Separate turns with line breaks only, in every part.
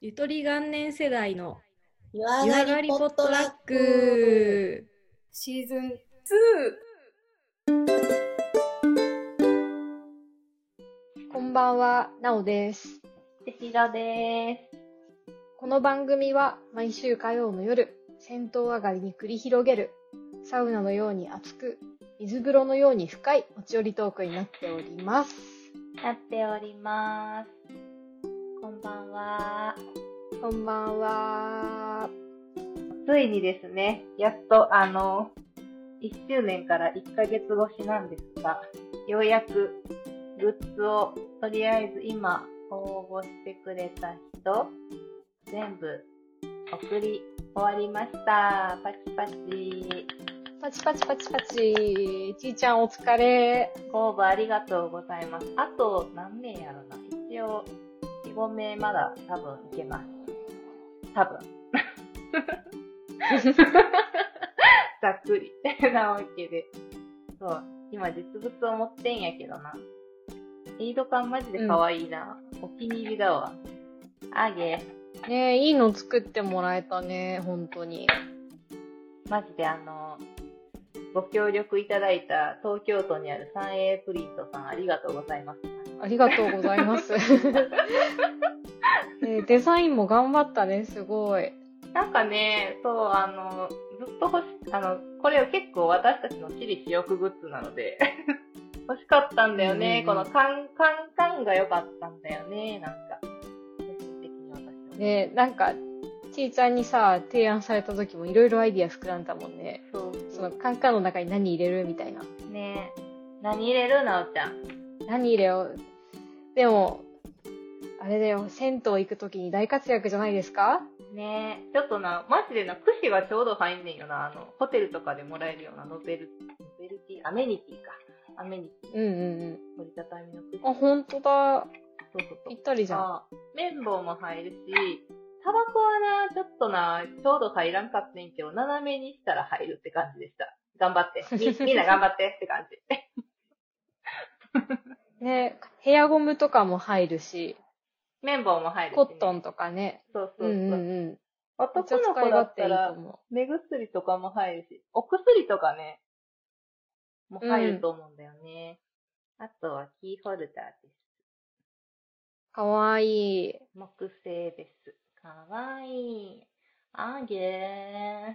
ゆとり元年世代の
湯上
湯上
が
が
り
り
ポ
ポ
ッ
ッ
ト
ト
ラ
ラ
ッ
ッ
ク。
ク。
シーズン2
こんばんは、なおです。
てきらです。
この番組は毎週火曜の夜、戦闘上がりに繰り広げる、サウナのように熱く、水風呂のように深い持ち寄りトークになっております。
やっております。こんばんは。
こんばんは。
ついにですね、やっとあの、1周年から1ヶ月越しなんですが、ようやくグッズをとりあえず今応募してくれた人、全部送り終わりました。パチパチ。
パチパチパチパチ。ちーちゃんお疲れ。
ご応募ありがとうございます。あと何名やろな。一応、4、5名まだ多分いけます。多分。ざっくり。 なわけで。そう。今実物を持ってんやけどな。エイド感マジで可愛いな。お気に入りだわ。あげ。
ねえ、いいの作ってもらえたね、本当に。
マジであの、ご協力いただいた東京都にある 3A プリントさんありがとうございます。
ありがとうございます。 ねえデザインも頑張ったね、すごい。
なんかね、そう、あの、ずっと欲し、あの、これを結構私たちの私利私欲グッズなので、 欲しかったんだよね。
うん
こ
うんう
の
ん
カン、カンカンが良かったんだよね、なんか。個人的に私は
ねなんか、ちーちゃんにさ、提案された時もいろいろアイディア膨らんだもんね。
そう
そ
そ
のカンカンの中に何入れるみたいな。
う。ね何入れるなおちゃん。
何入れよう。でも、あれだよ、銭湯行く時に大活躍じゃないですか
ねちょっとな、マジでな、串がちょうど入んねんよな。あの、ホテルとかでもらえるようなノベル、ノベルティ、アメニティか。アメニティ、
うんうん
折りたたみ
う
の
ん。あ、
串。
ほんとだ。
そうそうそう
ぴ。ったりじゃん。
あ綿棒も入るし、タバコはな、ちょっとな、ちょうど入らんかったんやけど、斜めにしたら入るって感じでした。頑張 って。み、みんな頑張ってって感じ。
ねヘアゴムとかも入るし、
綿棒も入るしね、
コットンとかね。
そうそう
うん
そう。
うんうん。めっちゃ
男の
使い
子だ
勝
っ
手い
た
いと
ら、
思
目薬とかも入るし、お薬とかね、もう入ると思うんだよね。あとはキーホルダーです。
う。かわいい。
木製です。かわいい。あげー。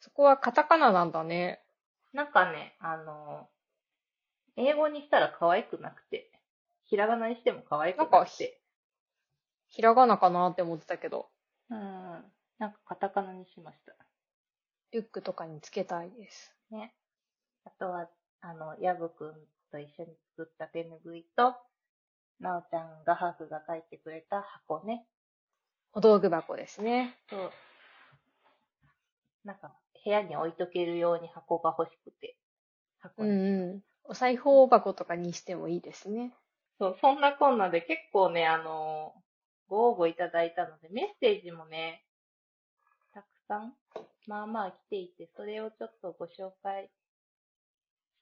そこはカタカナなんだね。
なんかね、あの、英語にしたら可愛くなくて、ひらがなにしても可愛くなくて、
ひらがなかなって思ってたけど、
うん、なんかカタカナにしました。
リュックとかにつけたいです。
あとは、あの、ヤブくんと一緒に作った手ぬぐいと、なおちゃんがハーフが書いてくれた箱ね。
お道具箱ですね。
そう。なんか、部屋に置いとけるように箱が欲しくて。箱
う
に
んうん。お裁縫箱とかにしてもいいですね。
そう、そんなこんなで結構ね、あのご応募いただいたので、メッセージもね、たくさん、まあまあ来ていて、それをちょっとご紹介し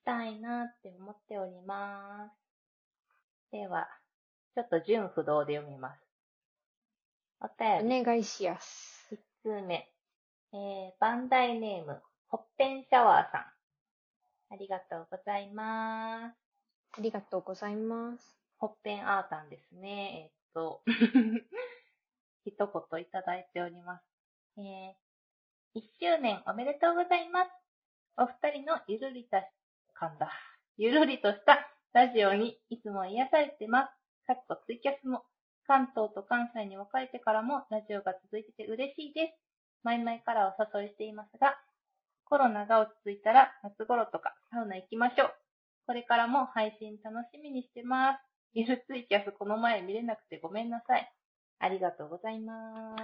たいなって思っております。では、ちょっと順不動で読みます。お
お
便り、
願いしやす。
1通目。えー、バンダイネーム、ほっぺんシャワーさん。ありがとうございます。
ありがとうございます。
ほっぺんアータンですね。えーっと、一言いただいております。えー、1周年おめでとうございます。お二人のゆるりとし、噛んだ。ゆるりとしたラジオにいつも癒されてます。かっこツイキャスも。関東と関西に分かれてからもラジオが続いてて嬉しいです。前々からお誘いしていますが、コロナが落ち着いたら夏頃とかサウナ行きましょう。これからも配信楽しみにしてます。ゆるツイキャスこの前見れなくてごめんなさい。ありがとうございます。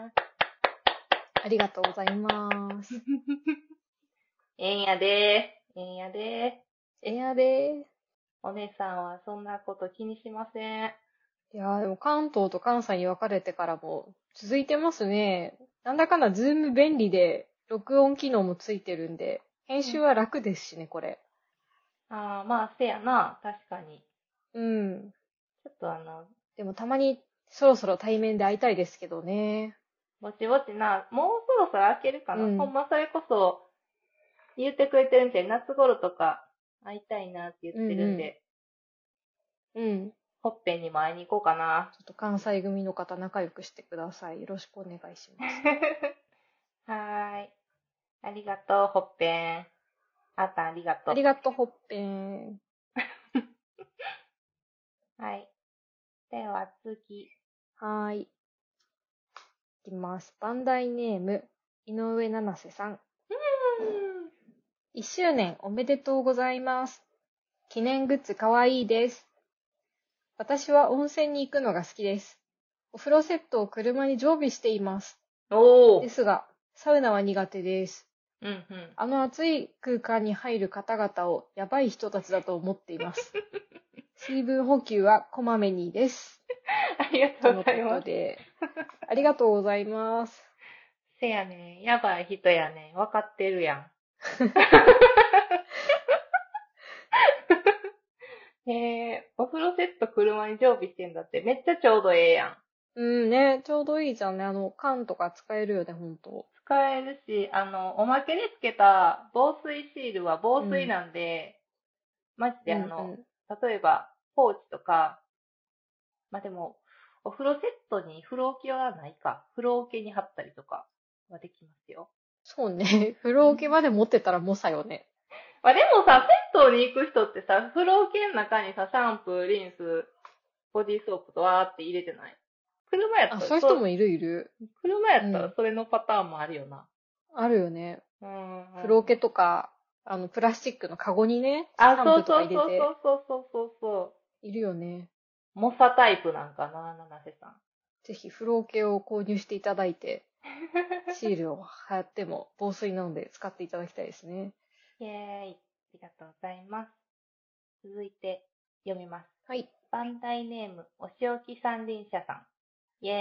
ありがとうございます。
えんやでー。えんやでー。
エアでー
お姉さんはそんなこと気にしません。
いやーでも関東と関西に分かれてからも続いてますね。なんだかんだズーム便利で、録音機能もついてるんで、編集は楽ですしね、これ。
ああ、まあ、せやな。確かに。
うん。
ちょっとあの、
でもたまにそろそろ対面で会いたいですけどね。
ぼちぼちな、もうそろそろ開けるかな。
うん
ほんまそれこそ、言ってくれてるんで、夏頃とか会いたいなって言ってるんで、
うんうん。
ほっぺんにも会いに行こうかな。
ちょっと関西組の方仲良くしてください。よろしくお願いし ます。
はーい。ありがとう、ほっぺん。あーたんありがと
あ
う
り。がとう、ほっぺん。
はい。では次。
はーい。いきます。バンダイネーム、井上七瀬さん。1周年おめでとうございます。記念グッズかわいいです。私は温泉に行くのが好きです。お風呂セットを車に常備しています。
お
で
ー。
すが、サウナは苦手です。
うんうん。
あの暑い空間に入る方々をやばい人たちだと思ってい ます。水分補給はこまめにです。
ありが
と
とう
の
ご
こ
ざいま
と
す。
で、ありがとうございます。
せやねん。やばい人やねん。わかってるやん。 えー、お風呂セット車に常備してんだって、めっちゃちょうどええやん。
うんね、ちょうどいいじゃんね。あの、缶とか使えるよね、ほんと。
使えるし、あの、おまけでつけた防水シールは防水なんで、マジであの、
うんうん
例えば、ポーチとか、まあ、でも、お風呂セットに風呂桶はないか。風呂桶に貼ったりとかはできますよ。
そうね。 風呂桶まで持ってたらもさよね。
まあ、でもさ、銭湯に行く人ってさ、風呂桶の中にさ、シャンプー、リンス、ボディーソープとわーって入れてない車やった
あ、
ら、
そういう人もいるいる。
そう車やった
う
ら
ん
それのパターンもあるよな。
あるよね。
うん。
風呂桶とか、あの、プラスチックのカゴにね、
あ、
シャンプ
そう
ーとか
そう
入
そう
れて、
そうそうそうそう。
いるよね。
モサタイプなんかな、七瀬さん。
ぜひ、風呂桶を購入していただいて、シールを貼っても防水なので使っていただきたいです ね。
イェーイ。ありがとうございます。続いて、読みます。
はい。
バンダイネーム、お仕置き三輪車さん。イェーイ。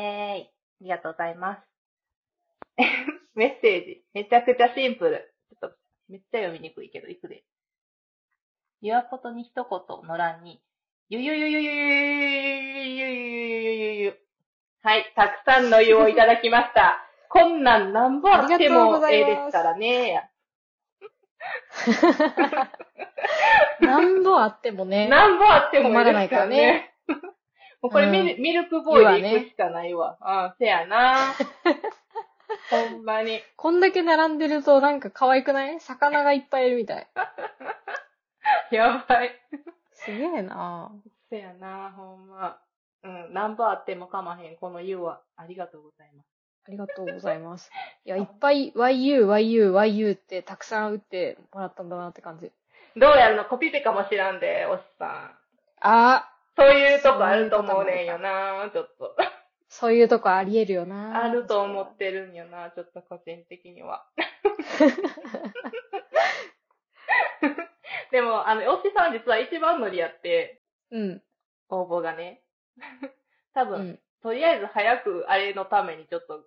ありがとうございます。メッセージ。めちゃくちゃシンプル。ちょっと、めっちゃ読みにくいけど、いくで。言わことに一言の欄に、ゆゆゆゆゆゆゆゆゆゆゆゆゆはい、たくさんの湯をいただきました。こんなんなんぼあってもええですからね。
何度あってもね。
なんぼあってもええですからね。もうこれミル,、
う
ミルクボーイで行くしかないわ。ああ、せや な。ほんまに。
こんだけ並んでるとなんか可愛くない魚がいっぱいいるみたい。
やばい。
すげえな
せやな、ほんま。うん、なんぼあってもかまへん、この湯は。ありがとうございます。
ありがとうございます。いや、いっぱい YU、YU、YU ってたくさん打ってもらったんだなって感じ。
どうやるのコピペかもしらんで、おっさん。
あ
そういうとこあると思うねんよな、ちょっと。
ー、そういうとこありえるよな
あると思ってるんよな、ちょっと個人的に は。でも、あの、おっさん実は一番乗りやって、
うん。
応募がね。 多
う
分、
ん。
とりあえず早くあれのためにちょ っと、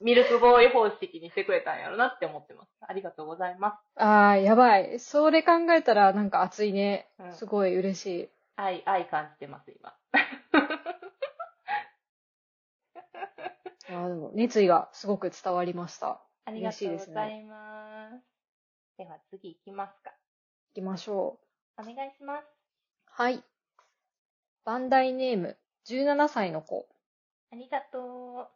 ミルクボーイ方式にしてくれたんやろなって思ってます。ありがとうございます。
あー、やばい。それ考えたらなんか熱いね
う。ん
すごい嬉しい。
愛、愛感じてます、今。
あーでも熱意がすごく伝わりました。
ありがとうございます。では次行きますか。
行きましょう。
お願いします。
はい。バンダイネーム、17歳の子。
ありがと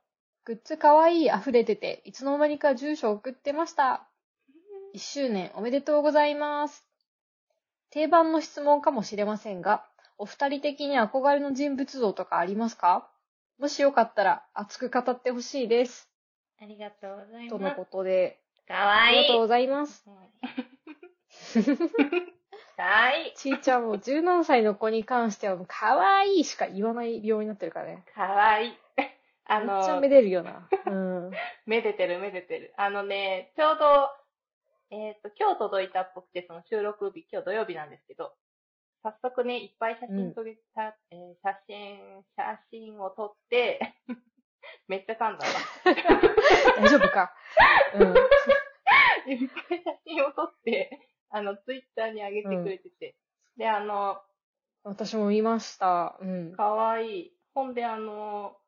グッズかわいい溢れてて、いつの間にか住所送ってました。1周年おめでとうございます。定番の質問かもしれませんが、お二人的に憧れの人物像とかありますかもしよかったら熱く語ってほしいです。
う。ありがとうござい
と
ま
の
す。
ことで、
かわ
あ
い
り
い。
がとうございます。
かわいい。
ちーちゃんも17歳の子に関してはもうかわいいしか言わない病になってるからね。
かわいい。 あ
めっちゃ
の
め、でるよな。うん。
めでてるめでてる。あのね、ちょうど、えっ、と、今日届いたっぽくて、その収録日、今日土曜日なんですけど、早速ね、いっぱい写真撮りた、えー写真、写真を撮って、 めっちゃ噛んだわ。
大丈夫か。うん。
いっぱい写真を撮って、あの、ツイッターに上げてくれてて。で、あの、
私も見ました。うん。
かわいい。ほんで、あの、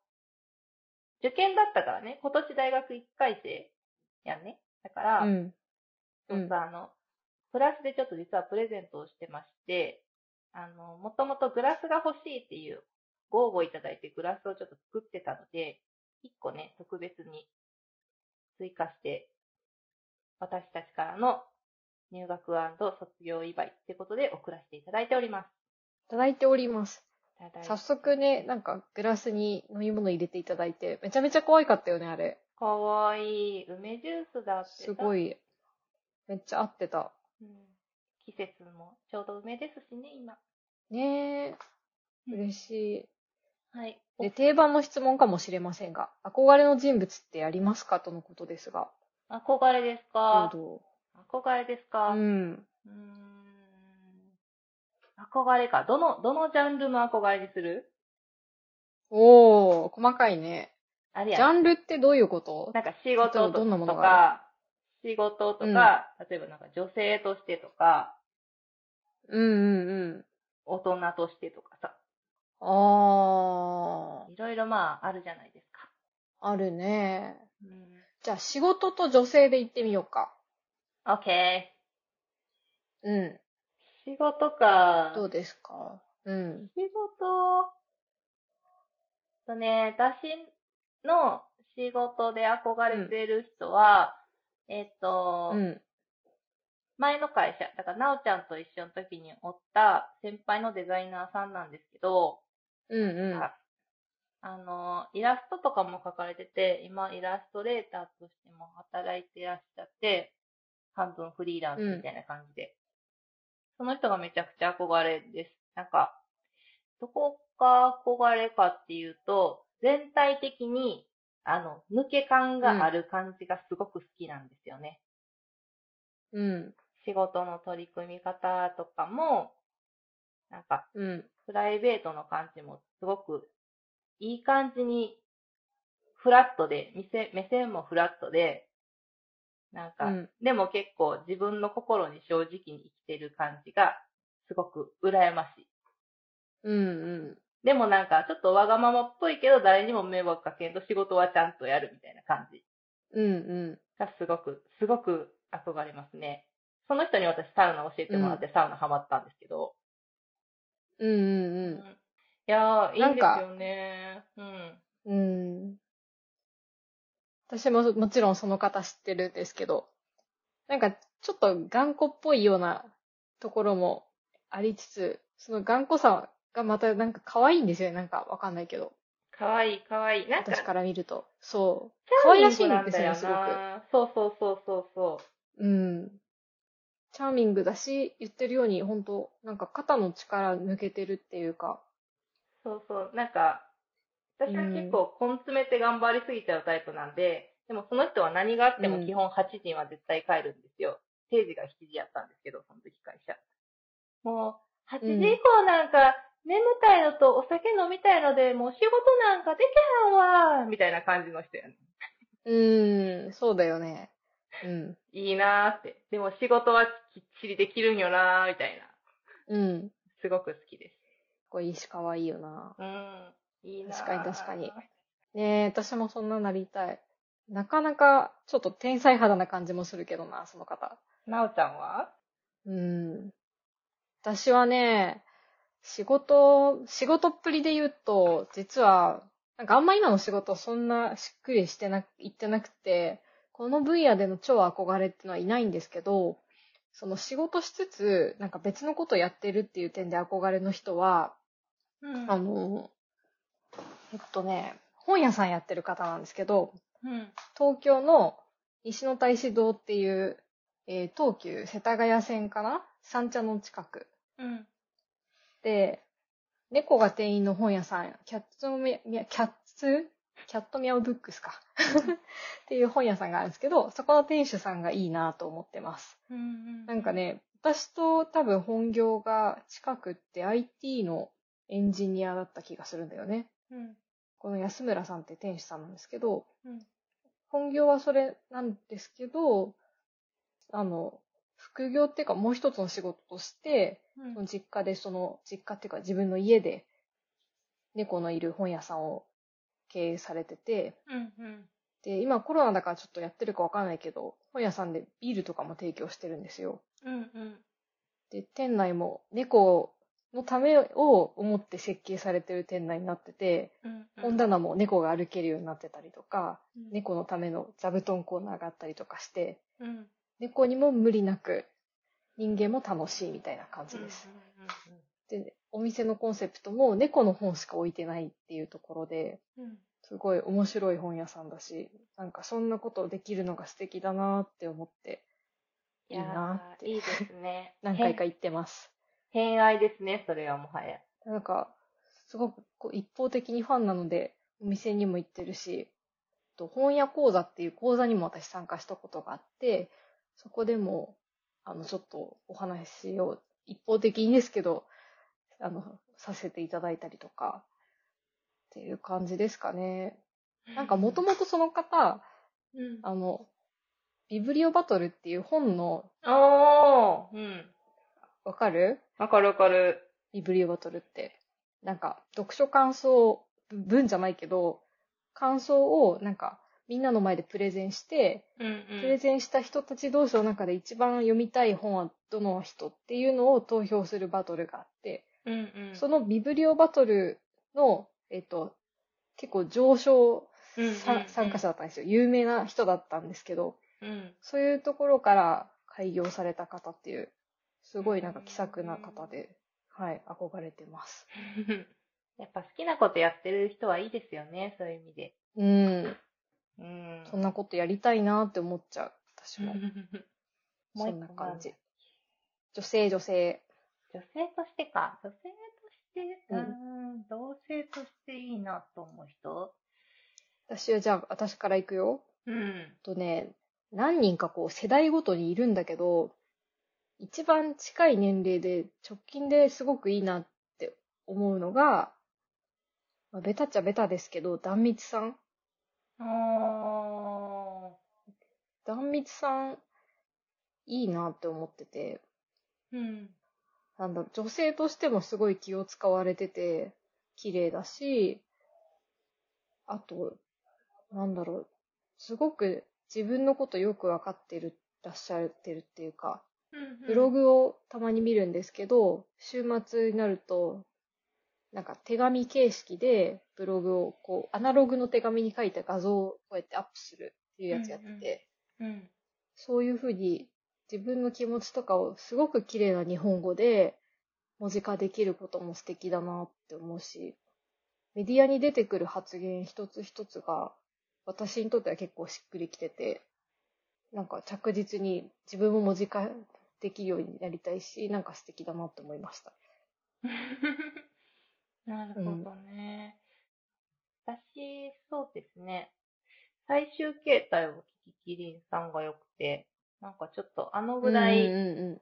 受験だったからね、今年大学1回生やんね。だから、
うん。
ちょっとあの、プラスでちょっと実はプレゼントをしてまして、あの、もともとグラスが欲しいっていうご応募いただいてグラスをちょっと作ってたので、1個ね、特別に追加して、私たちからの入学卒業祝いってことで送らせていただいております。
いただいております。
いただい
早速ね、なんかグラスに飲み物入れていただいて、めちゃめちゃ可愛かったよね、あれ。
かわいい。梅ジュースだって。
すご
い。
い。めっちゃ合ってた。
うん、季節もちょうど梅ですしね、今。
ねえ。嬉しい。
はい。
で、定番の質問かもしれませんが、憧れの人物ってありますかとのことですが、
憧れですか
ど
憧れです
う
か
ぞ。うん。
うーん憧れか。どの、どのジャンルの憧れにする
おー、細かいね。
あれ
ジ
や
ャンルってどういうこと
なんか
例
仕事
えば
と
どんなもの
と
が
か、仕事とか、例えばなんか女性としてとか、
うんうんうん。
大人としてとかさ、
あ
いろいろまああるじゃないですか。
ー、あるね。
うん。
じゃあ仕事と女性で行ってみようか。
OK。
うん。
仕事か。
どうですかうん。
仕事とね、私の仕事で憧れてる人は、えっと、
うん。
前の会社、だから、なおちゃんと一緒の時におった先輩のデザイナーさんなんですけど、
うんうん。
ああの、イラストとかも描かれてて、今、イラストレーターとしても働いてらっしゃって、半分フリーランスみたいな感じで。その人がめちゃくちゃ憧れです。なんか、どこが憧れかっていうと、全体的に、あの、抜け感がある感じがすごく好きなんですよね。
うん。
仕事の取り組み方とかも、なんか、
うん。
プライベートの感じもすごくいい感じに、フラットで、見せ目線もフラットで、なんか、
うん
でも結構自分の心に正直に生きてる感じが、すごく羨ましい。
うん
でもなんか、ちょっとわがままっぽいけど、誰にも迷惑かけんと仕事はちゃんとやるみたいな感じ
うん。うん
がすごく、すごく憧れますね。その人に私サウナ教えてもらってサウナハマったんですけど、
うん。うんうん
いやー、いい
なん
です
か
よね。うん。
うん。うん。私ももちろんその方知ってるんですけど、なんかちょっと頑固っぽいようなところもありつつ、その頑固さがまたなんか可愛いんですよね。なんかわかんないけど。
かわいい、かわいい。なんか、
私
か
から見ると。そう。可愛らしいんですよね、すごく。
そうそうそうそうそ
うん。チャーミングだし、言ってるように、本当なんか肩の力抜けてるっていうか。
う。そうそう。なんか、私は結構、根詰めて頑張りすぎちゃうタイプなんで、でもその人は何があって
う
も
ん
基本8時には絶対帰るんですよ。定時が7時やったんですけど、その時会社。もう、8時
うん
以降なんか、眠たいのとお酒飲みたいので、もう仕事なんかできへんわーみたいな感じの人やね。
うーん、そうだよね。うん。
いいなーって。でも仕事はきっちりできるんよなーみたいな。
うん。
すごく好きです。
これいいし、可愛いよな。
うん。いいなー
確かに確かにねえ、私もそんななりたい。なかなか、ちょっと天才肌な感じもするけどな、その方。
なおちゃんは
うん。私はね、仕事、仕事っぷりで言うと、実は、なんかあんま今の仕事そんなしっくりしてな、いってなくて、この分野での超憧れってのはいないんですけど、その仕事しつつ、なんか別のことやってるっていう点で憧れの人は、
うん
あの、えっとね、本屋さんやってる方なんですけど、
うん。
東京の西の大師堂っていう、えー東急世田谷線かな三茶の近く
うん。
で、猫が店員の本屋さん、キャッツミャ、キャッツキャットミャオブックスか。 っていう本屋さんがあるんですけど、そこの店主さんがいいなと思ってます。
うん。
なんか。ね、私と多分本業が近くって IT のエンジニアだった気がするんだよね。
うん。
この安村さんって店主さんなんですけど、
うん
本業はそれなんですけど、あの、副業っていうかもう一つの仕事として、
うん
その実家でその、実家っていうか自分の家で、猫のいる本屋さんを経営されてて、
うんうん。
で、今コロナだからちょっとやってるかわかんないけど、本屋さんでビールとかも提供してるんですよ。
うんうん。
で、店内も猫のためを思って設計されてる店内になってて、
うんうん
本棚も猫が歩けるようになってたりとか、
うん
猫のための座布団コーナーがあったりとかして、
うん。
猫にも無理なく、人間も楽しいみたいな感じです。で、お店のコンセプトも猫の本しか置いてないっていうところで、
うんうん
すごい面白い本屋さんだし、なんかそんなことできるのが素敵だなって思って、
いや
いいなって。
ーいいですね
何回か行ってます。
偏。偏愛ですね、それはもはや。
なんか、すごくこう一方的にファンなので、お店にも行ってるし、あと本屋講座っていう講座にも私参加したことがあって、そこでも、あの、ちょっとお話を一方的にですけど、あの、させていただいたりとか、っていう感じですかね。なんかもともとその方、
うん、
あの、ビブリオバトルっていう本の、
あー、うん。
わかる
わかるわかる。
ビブリオバトルって。なんか、読書感想文じゃないけど、感想をなんか、みんなの前でプレゼンして、
うんう
プ
ん。
レゼンした人たち同士の中で一番読みたい本はどの人っていうのを投票するバトルがあって、
うんうん。
そのビブリオバトルの、えっと、結構上昇
うんうんうん
さ参加者だったんですよ。有名な人だったんですけど、
うん。
そういうところから開業された方っていう、すごいなんか気さくな方で、はい、憧れてます。
やっぱ好きなことやってる人はいいですよね、そういう意味で。
うん、
うん。
そんなことやりたいなって思っちゃう。私も。
もう
そ
一個
んな感じ。女性、女性。
女性としてか。女性として、
う
うんーん、同性としていいなと思う人
私はじゃあ、私から行くよ。
うん。
とね、何人かこう、世代ごとにいるんだけど、一番近い年齢で直近ですごくいいなって思うのが、まあ、ベタっちゃベタですけど、壇蜜さん。
あ
壇蜜さん、いいなって思ってて、
ー。うん。
なんだ、女性としてもすごい気を使われてて、綺麗だし、あと、なんだろう、すごく自分のことよくわかってる、らっしゃってるっていうか、ブログをたまに見るんですけど、週末になると、なんか手紙形式でブログを、こう、アナログの手紙に書いた画像をこうやってアップするっていうやつやってて、
うんうんうん。
そういうふうに自分の気持ちとかをすごく綺麗な日本語で文字化できることも素敵だなって思うし、メディアに出てくる発言一つ一つが私にとっては結構しっくりきてて、なんか着実に自分も文字化できるようになりたいし、なんか素敵だなって思いました。
なるほどね。私、そうですね。最終形態をキキキリンさんが良くて、なんかちょっとあのぐら
うん
い
うん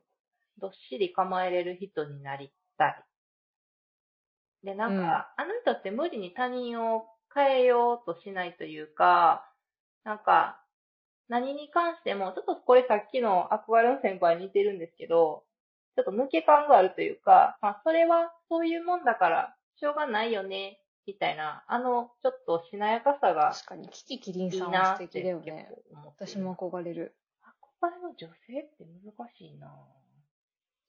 どっしり構えれる人になりたい。で、なんか、あの人って無理に他人を変えようとしないというか、なんか、何に関しても、ちょっとこれさっきの憧れの先輩に似てるんですけど、ちょっと抜け感があるというか、まあ、それはそういうもんだから、しょうがないよね、みたいな、あの、ちょっとしなやかさ
うん。
が
確かに、キキキリン
いい
さんは
な
素
って
敵
結
だよ
構
ね。
思ってる
私も。憧れる。
憧れの女性って難しいな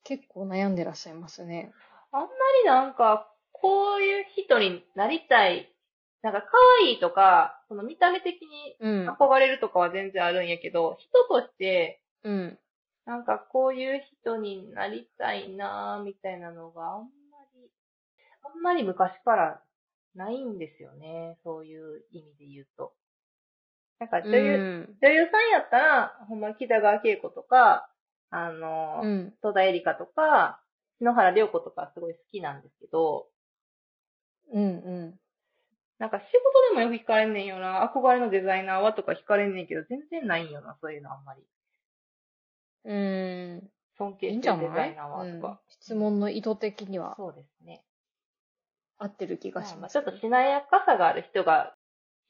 結構悩んでらっしゃいますね。
あんまりなんか、こういう人になりたい。なんか、可愛いとか、その見た目的に
うん。
憧れるとかは全然あるんやけど、人として、
うん。
なんかこういう人になりたいなぁ、みたいなのがあんまり、あんまり昔からないんですよね。そういう意味で言うと。なんか女優、
ん。
女優さんやったら、ほんま北川景子とか、あのー
うん。
戸田恵梨香とか、篠原涼子とかすごい好きなんですけど、
うんうん。
なんか仕事でもよく惹かれんねんよな。憧れのデザイナーはとか惹かれんねんけど、全然ないんよな、そういうのあんまり。
うーん。
尊
い
敬
いん
して
じゃ
るデザ
ない
イナーはと
うん
か。
質問の意図的には
そうですね。
合ってる気がし
ま
ま
あ
す。
ちょっとしなやかさがある人が、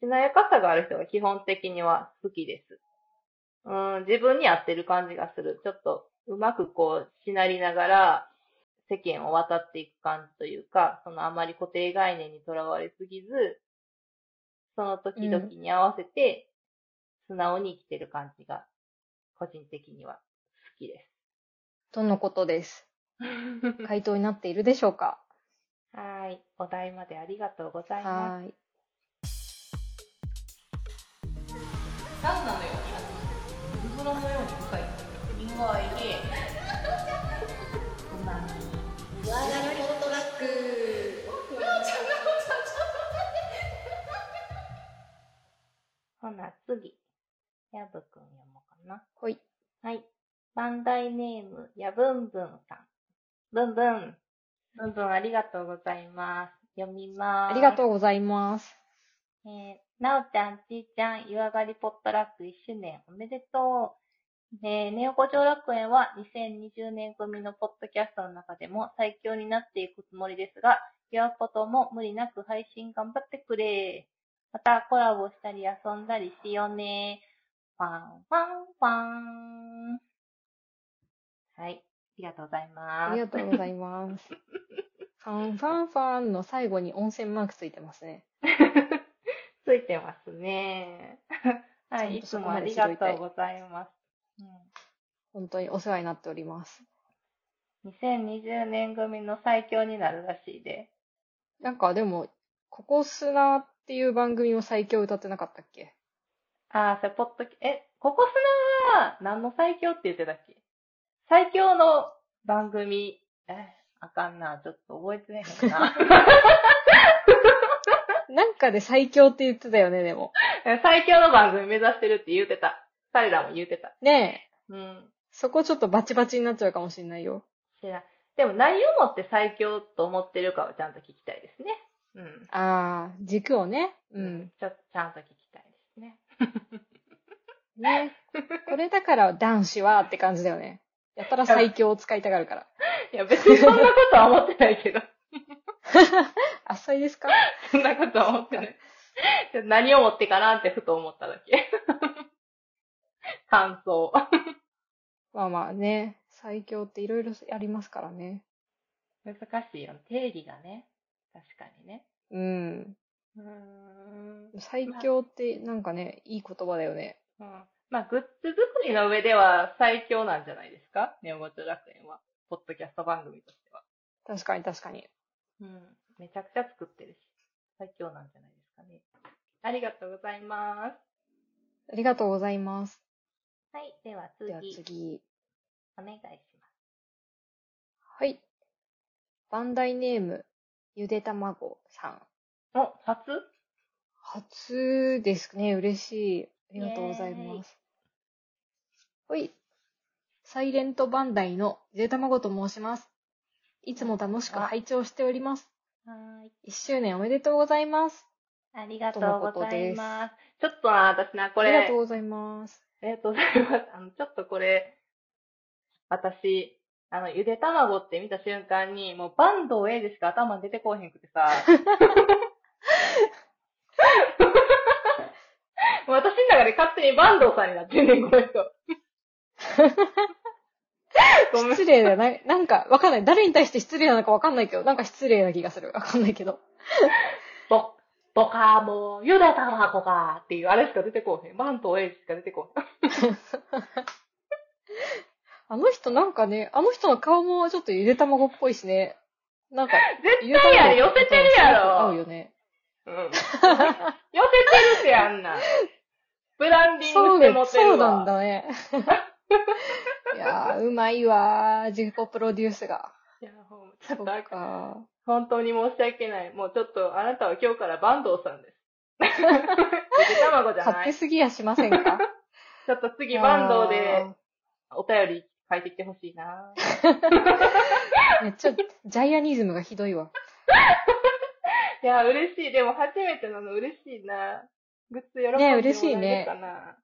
しなやかさがある人が基本的には好きです。うーん、自分に合ってる感じがする。ちょっと、うまくこう、しなりながら、世間を渡っていく感じというか、そのあまり固定概念にとらわれすぎず、その時々に合わせて、素直に生きてる感じが、個人的には好きで
とのことです。
す。
回答になっているでしょうか
はい。お題までありがとうござい
は
ます。
ーい。
何なのようずらのように深い意外でうまみわらりトラック ほな次やぶくん読もうかな
ほい。
はいバンダイネームやぶんぶんさんぶんぶんぶんぶんありがとうございます読みます
ありがとうございます。
えー、なおちゃん、ちーちゃん、湯上がりポットラック1周年おめでとう。えー、ネオ五条楽園は2020年組のポッドキャストの中でも最強になっていくつもりですが、言うことも無理なく配信頑張ってくれ。またコラボしたり遊んだりしようね。ファンファンファン。はい。ありがとうございます。
ありがとうござい ます。ファンファンファンの最後に温泉マークついてますね。
ついてますね。 は
ちゃん
い、い
と
つ
そこ
もあ
まで
り
しと
が
い
と
て
うございます。
本当にお世話になっております。
うん、2020年組の最強になるらしいで。
なんかでも、ここすなっていう番組を最強歌ってなかったっけ
ああ、それポッドキえ、ここすなは何の最強って言ってたっけ最強の番組。え、あかんな。ちょっと覚えてないの かな。
なんかで最強って言ってたよね、でも。
最強の番組目指してるって言うてた。彼らも言うてた。
ねえ。
うん。
そこちょっとバチバチになっちゃうかもしれないよ。
知らんでも何をもって最強と思ってるかをちゃんと聞きたいですね。うん。
ああ、軸をね。う
うんん。。ちょっとちゃんと聞きたいですね。
ね。これだから男子はって感じだよね。やたら最強を使いたがるから。
いや、別にそんなことは思ってないけど。
あっさりですか
そんなことは思ってない。 何を持ってかなってふと思っただけ。感想。
まあまあね。最強っていろいろありますからね。
難しいよね。定義がね。確かにね。
うん。
うーん。
最強ってなんかね、いい言葉だよね。
うんまあ、グッズ作りの上では最強なんじゃないですかネオゴチョ楽園は。ポッドキャスト番組としては。
確かに確かに。
うん。めちゃくちゃ作ってるし。最強なんじゃないですかね。ありがとうございます。
ありがとうございます。
はい。では
では
次、
次。
お願いします。
はい。バンダイネーム、ゆでたまごさん。
お、初
初ですね。嬉しい。ありがとうございます。ほい。サイレントバンダイのゆでたまごと申します。いつも楽しく拝聴しております。
はい。
1周年おめでとうございます。
ありがと
とのこ
うご
と
ざい
です
ます。ちょっとな、私な、
あ
これ、
り
あ
がとうございます。
りがとうございます。あの、ちょっとこれ、私、あの、ゆで卵って見た瞬間に、もう、バンド A でしか頭出てこうへんくてさ。 もう私の中で勝手にバンドさんになってんねん、この人。ごめん
失礼だよな。なんか、わかんない。誰に対して失礼なのかわかんないけど、なんか失礼な気がする。わかんないけど。
ぼ、ぼかーもう、ゆで卵かーっていう、あれしか出てこうへん。バンド A しか出てこうへん。
あの人なんかね、あの人の顔もちょっとゆで卵っぽいしね。なんか、
絶
ゆで卵
対やれ、寄せてるやろ
合うよね。
うん寄せてるってあんな。ブランディング
そう
して
で
持ってるわ。
そうなんだ ね。いやー、うまいわー、自己プロデュースが。
いや。ほんち
そ
ょっ
っ
とあかん
か。
本当に申し訳ない。もうちょっとあなたは今日から坂東さん です。ゆで卵じゃ
勝
な
手
い。ち
すぎやしません か
ょっと次坂
あ
東でお便り書いてきてほしいな。
ーめっちゃ、ジャイアニズムがひどいわ。
いや、嬉しい。でも初めてなの嬉しいな。グッズ喜んでも
ね
らえ
嬉しいね
るかな。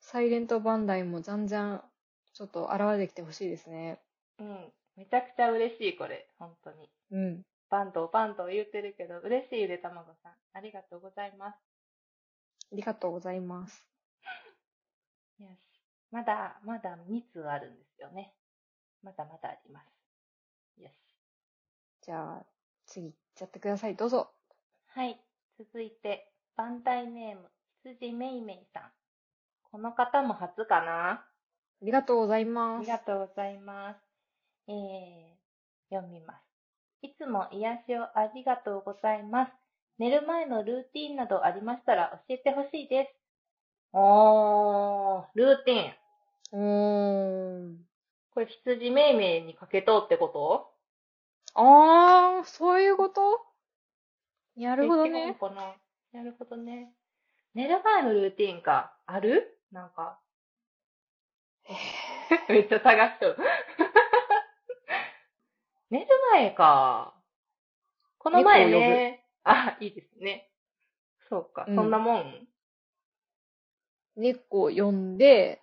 サイレントバンダイもじゃんじゃん、ちょっと現れてきてほしいですね。
うん。めちゃくちゃ嬉しい、これ。本当に。
うん。
バンド、バンド言ってるけど、嬉しいゆで卵さん。ありがとうございます。
ありがとうございます。
よし。まだ、まだ2通あるんですよね。まだまだあります。よし。
じゃあ、次行っちゃってください。どうぞ。
はい。続いて、バンダイネーム、羊めいめいさん。この方も初かな
ありがとうござい
あ
ま
り
す。
がとうございます。えー、読みます。いつも癒しをありがとうございます。寝る前のルーティンなどありましたら教えてほしいです。おー、ルーテ
う
ィン。
ーん。
これ羊めいめいにかけとうってこと
あー、そういうことなるほど
え違うの
ね。
かななるほどね。寝る前のルーティンか。あるなんか。 めっちゃ探しとる。 寝る前か。この前ね。あ、いいですね。そうか、
うん
そんなもん。
猫を呼んで、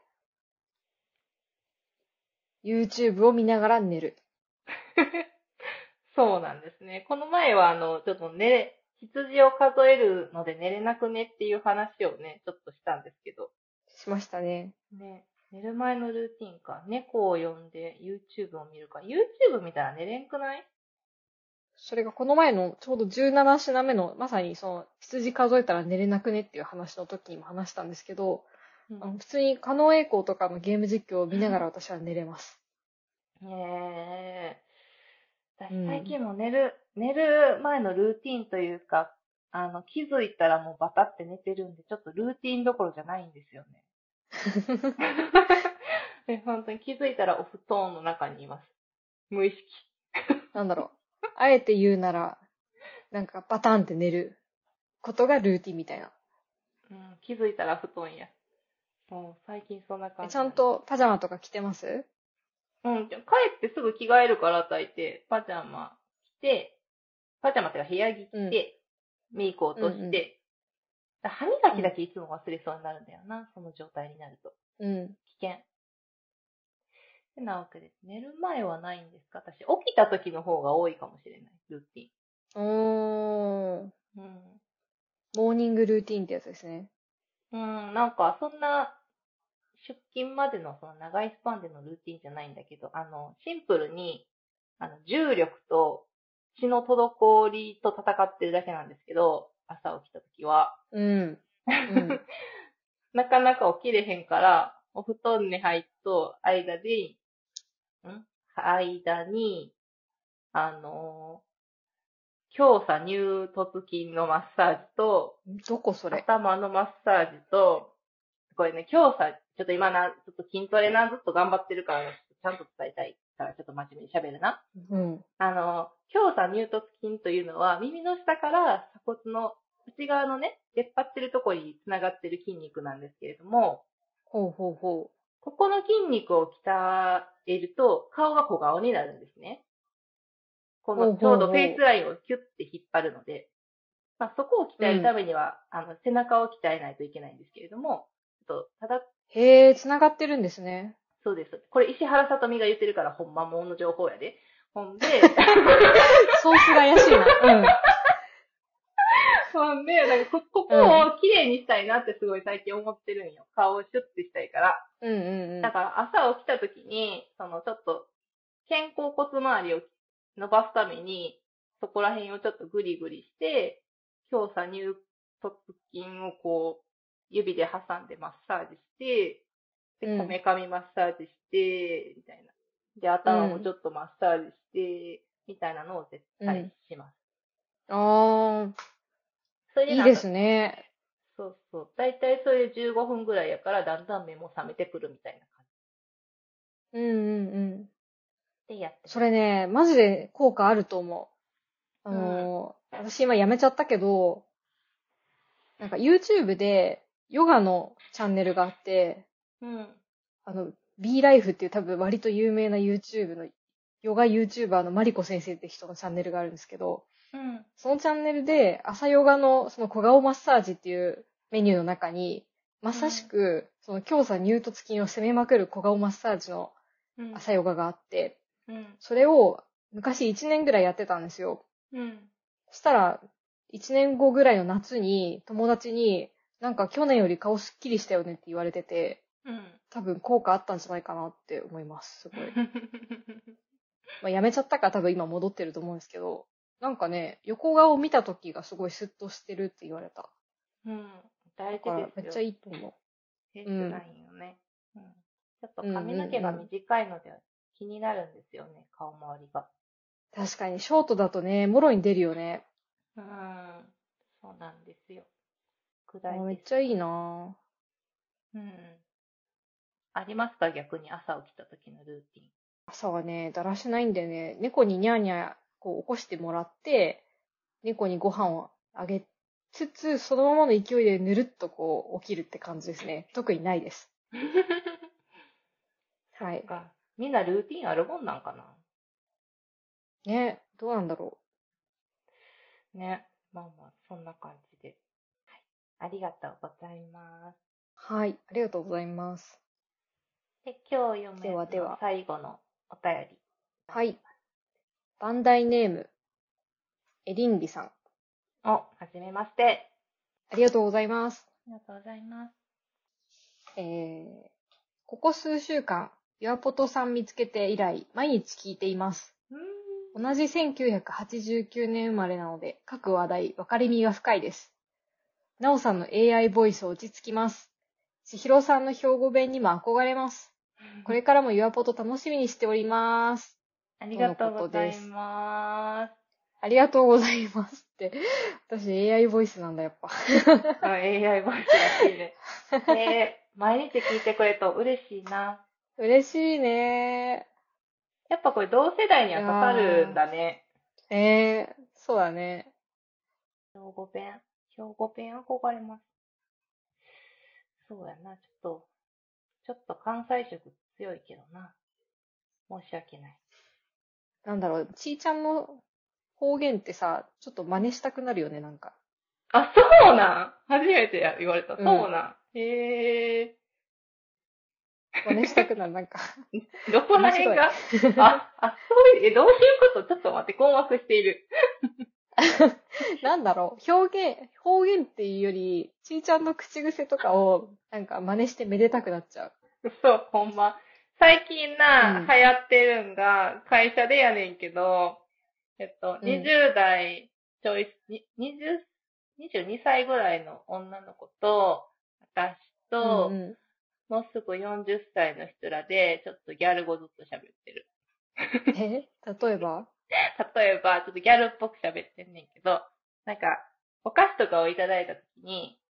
YouTube を見ながら寝る。
そうなんですね。この前は、あの、ちょっと寝れ、羊を数えるので寝れなくねっていう話をね、ちょっとしたんですけど。
しましたね。
ね、寝る前のルーティンか。猫を呼んで YouTube を見るか。YouTube 見たら寝れんくない
それがこの前のちょうど17品目の、まさにその羊数えたら寝れなくねっていう話の時にも話したんですけど、
うん
あの普通に狩野英孝とかのゲーム実況を見ながら私は寝れます。
ねえ。私
うん
最近も寝る、寝る前のルーティンというか、あの、気づいたらもうバタって寝てるんで、ちょっとルーティンどころじゃないんですよね。で本当に気づいたらお布団の中にいます。無意識。
なんだろう。あえて言うなら、なんかバタンって寝ることがルーティンみたいな。
うん、気づいたら布団や。もう最近そんな感
え
じ。
ちゃん。とパジャマとか着てます
うん、じゃあ帰ってすぐ着替えるから大抵、パジャマ着て、パジャマっていうか部屋着着て、メイク落として、
うんうん
だ歯磨きだけいつも忘れそうになるんだよな、その状態になると。
うん。
危険。てなわけです。寝る前はないんですか私、起きた時の方が多いかもしれない、ルーティ
おー。
ン。うん。
モーニングルーティンってやつですね。
うん、なんか、そんな、出勤までのその長いスパンでのルーティンじゃないんだけど、あの、シンプルに、あの、重力と血の滞りと戦ってるだけなんですけど、朝起きた時は。
うん。 うん、
なかなか起きれへんから、お布団に入っと、間で、ん間に、あのー強さ乳突筋のマッサージと、
どこそれ
頭のマッサージと、これね、今日さ、ちょっと今な、ちょっと筋トレな、ずっと頑張ってるから、ちゃんと伝えたいから、ちょっと真面目に喋るな。
うん。
あの、強さ乳突筋というのは、耳の下から鎖骨の内側のね、出っ張ってるところに繋がってる筋肉なんですけれども、
ほうほうほ
ここの筋肉を鍛えると、顔が小顔になるんですね。こ
ほうほ
の、
う
ちょうどフェイスラインをキュッて引っ張るので、まあ、そこを鍛えるためには、あの、背中を鍛えないといけないんですけれども、ちょっと、ただ、
う。へえ、繋がってるんですね。
そうです。これ石原さとみが言ってるから、ほんまもんの情報やで。ほんで、
ソースが怪しいな。うん。
ほんで、なんかこ、ここを綺麗にしたいなってすごい最近思ってるんよ。顔をシュッてしたいから。
うんうんうん。
だから朝起きた時に、そのちょっと、肩甲骨周りを伸ばすために、そこら辺をちょっとグリグリして、強さ乳突筋をこう、指で挟んでマッサージして、
う
で、
ん
こめかみマッサージして、みたいな。で、頭もちょっとマッサージして、みたいなのを絶対します。
あ
それ
ー、い
ないんか
ですね。
そうそう。だいたいそれで15分ぐらいやから、だんだん目も覚めてくるみたいな感
うんうんうん。
じでやってます
それね、マジで効果あると思う。あのー、私今やめちゃったけど、なんか YouTube でヨガのチャンネルがあって、
うん。
あの、B-Life っていう多分割と有名な YouTube の、ヨガ YouTuber のマリコ先生って人のチャンネルがあるんですけど、
うん。
そのチャンネルで、朝ヨガのその小顔マッサージっていうメニューの中に、まさしく、その強さ乳突筋を攻めまくる小顔マッサージの
うん
朝ヨガがあって、
うん。
それを昔1年ぐらいやってたんですよ。
うん。
そしたら、1年後ぐらいの夏に友達に、なんか去年より顔すっきりしたよねって言われてて、
うん。
多分効果あったんじゃないかなって思います。すごい。まあ、辞めちゃったから多分今戻ってると思うんですけど、なんかね、横顔を見た時がすごいスッとしてるって言われた。
うん。
だ
大
から
事
めっ
で
ち
す
ゃ
よ。
いいと思う。
フェイス
うん
ラインをね。うん。ちょっと
うんうんうん
髪の毛が短いので気になるんですよね、顔周りが。
確かに、ショートだとね、もろに出るよね。
うん。そうなんですよ。く
あ
らい
めっ
です。
ちゃいいな
うんうん。ありますか逆に朝起きた時のルーティン。
朝はね、だらしないんだよね。猫にニャーニャーこう起こしてもらって、猫にご飯をあげつつ、そのままの勢いでぬるっとこう起きるって感じですね。特にない です。はい
なん。かみんなルーティンあるもんなんかな
ね、どうなんだろ
ね。まあまあ、そんな感じで。はい。ありがとうございます。
う。はい。ありがとうございます。
で、今日読む
では
やつ
では
の最後のお便り。
はい。バンダイネーム、エリンギさん。
お、はじめまして。
ありがとうございます。
ありがとうございます。
えーここ数週間、ユアポトさん見つけて以来、毎日聞いています。
うーん。
同じ1989年生まれなので、各話題、分かりみが深いです。なおさんの AI ボイス落ち着きます。千尋さんの兵庫弁にも憧れます。これからもユアポト楽しみにしております。
ありがとうござい
と
ます。
ありがとうございますって。私 AI ボイスなんだ、やっぱ。
あ AI ボイスらしいね。えー毎日聞いてくれると嬉しいな。
嬉しいね
やっぱこれ同世代には刺さるんだね。
ー。えー、そうだね。
兵庫弁。兵庫弁憧れます。そうやな、ちょっと、ちょっと関西色強いけどな。申し訳ない。
なんだろう、ちーちゃんの方言ってさ、ちょっと真似したくなるよね、なんか。
あ、そうなん初めてや言われた。
うん
そうなん。へえ
真似したくなる、なんか。
ー。 どこら辺が あ、あ、そういう、え、どういうことちょっと待って、困惑している。
なんだろう、表現、方言っていうより、ちーちゃんの口癖とかを、なんか真似してめでたくなっちゃう。
そう、ほんま。最近な、
うん
流行ってるんが、会社でやねんけど、えっと、
うん
20代ちょい、に20、22歳ぐらいの女の子と、私と、
うんうん
もうすぐ40歳の人らで、ちょっとギャル語ずっと喋ってる。
え例えば
例えば、ちょっとギャルっぽく喋ってんねんけど、なんか、お菓子とかをいただいたときに、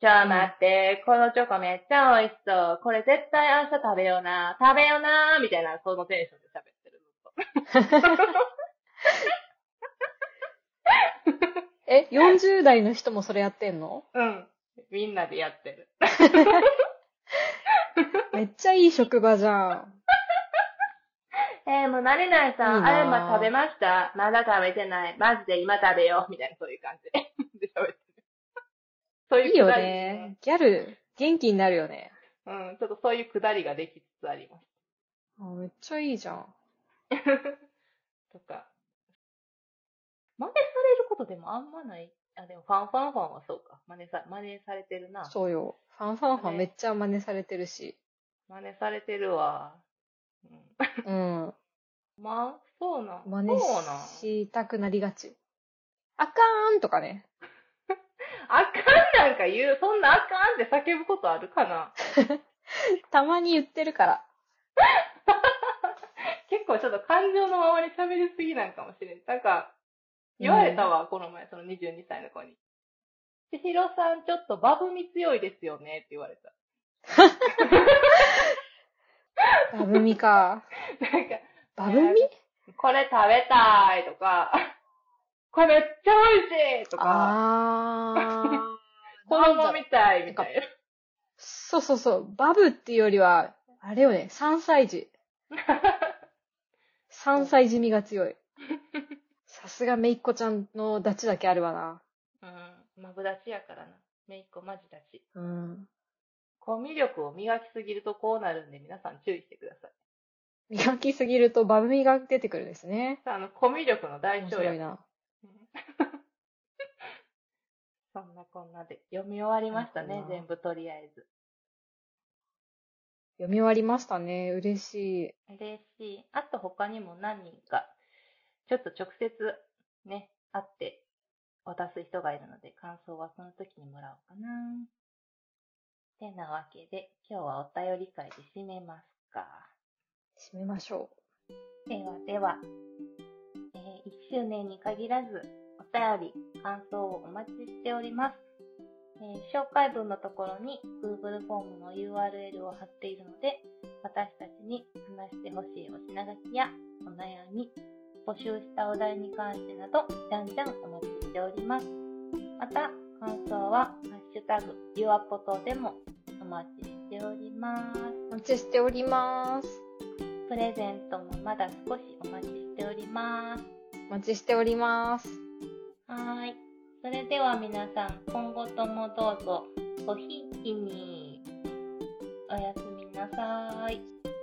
ちょ、待って、このチョコめっちゃ美味しそう。これ絶対明日食べような。食べようなみたいな、そのテンションで喋ってる。
え、40代の人もそれやってんの
うん。みんなでやってる。
めっちゃいい職場じ ゃん。
えー、もう慣れないさ
いい
ん、
なぁ
あれま食べましたまだ食べてない。マジで今食べよう。みたいな、そういう感じで。で喋ってる。そういう
いいよ
くだり
ね。ギャル、元気になるよね。
うん、ちょっとそういうくだりができつつあります。
あめっちゃいいじゃん。
とか。真似されることでもあんまない。あ、でもファンファンファンはそうか。真似さ、真似されてるな。
そうよ。ファンファンファンめっちゃ真似されてるし。
真似されてるわ。うん、
うん。
まあ、そうなん。
真似
そうなん。
したくなりがち。あかーんとかね。
あかんなんか言う。そんなあかんって叫ぶことあるかな。
たまに言ってるから。
結構ちょっと感情のままに喋りすぎなんかもしれん。なんか、言われたわ、この前、その22歳の子に。千尋さん、ちょっとバブみ強いですよねって言われた。
バブミか。
なんか、
バブミ
これ食べたいとか、 これめっちゃ美味しいとか、
あー。
子供みたいみたい
そうそうそう。バブっていうよりは、あれよね、3歳 児。3歳児味が強い。さすがめいっ子ちゃんのダチだけあるわな。
な。うん、マブダチやからな。めいっ子マジダチ。
うん。
コミュ力を磨きすぎるとこうなるんで皆さん注意してください。
磨きすぎるとバブミが出てくるんですね。
あの、コミュ力の代
面
償
白
や
い。な。
そんなこんなで。読み終わりましたね
なるほ、どな
全部とりあえず。
読み終わりましたね。嬉しい。
嬉しい。あと他にも何人か、ちょっと直接ね、会って渡す人がいるので、感想はその時にもらおうかな。てなわけで、今日はお便り会で締めますか。
締めましょ
ではでは、え1周年に限らず、お便り、感想をお待ちしております。えー紹介文のところに Google フォームの URL を貼っているので、私たちに話してほしいお品書きやお悩み、募集したお題に関してなど、じゃんじゃんお待ちしております。また、感想は、ハッシュタグ、ゆわぽとでもお待ちしております。
う。お待ちしております。
プレゼントもまだ少しお待ちしております。
お待ちしております。
はーい。それでは皆さん、今後ともどうぞ、おひいきに。おやすみなさーい。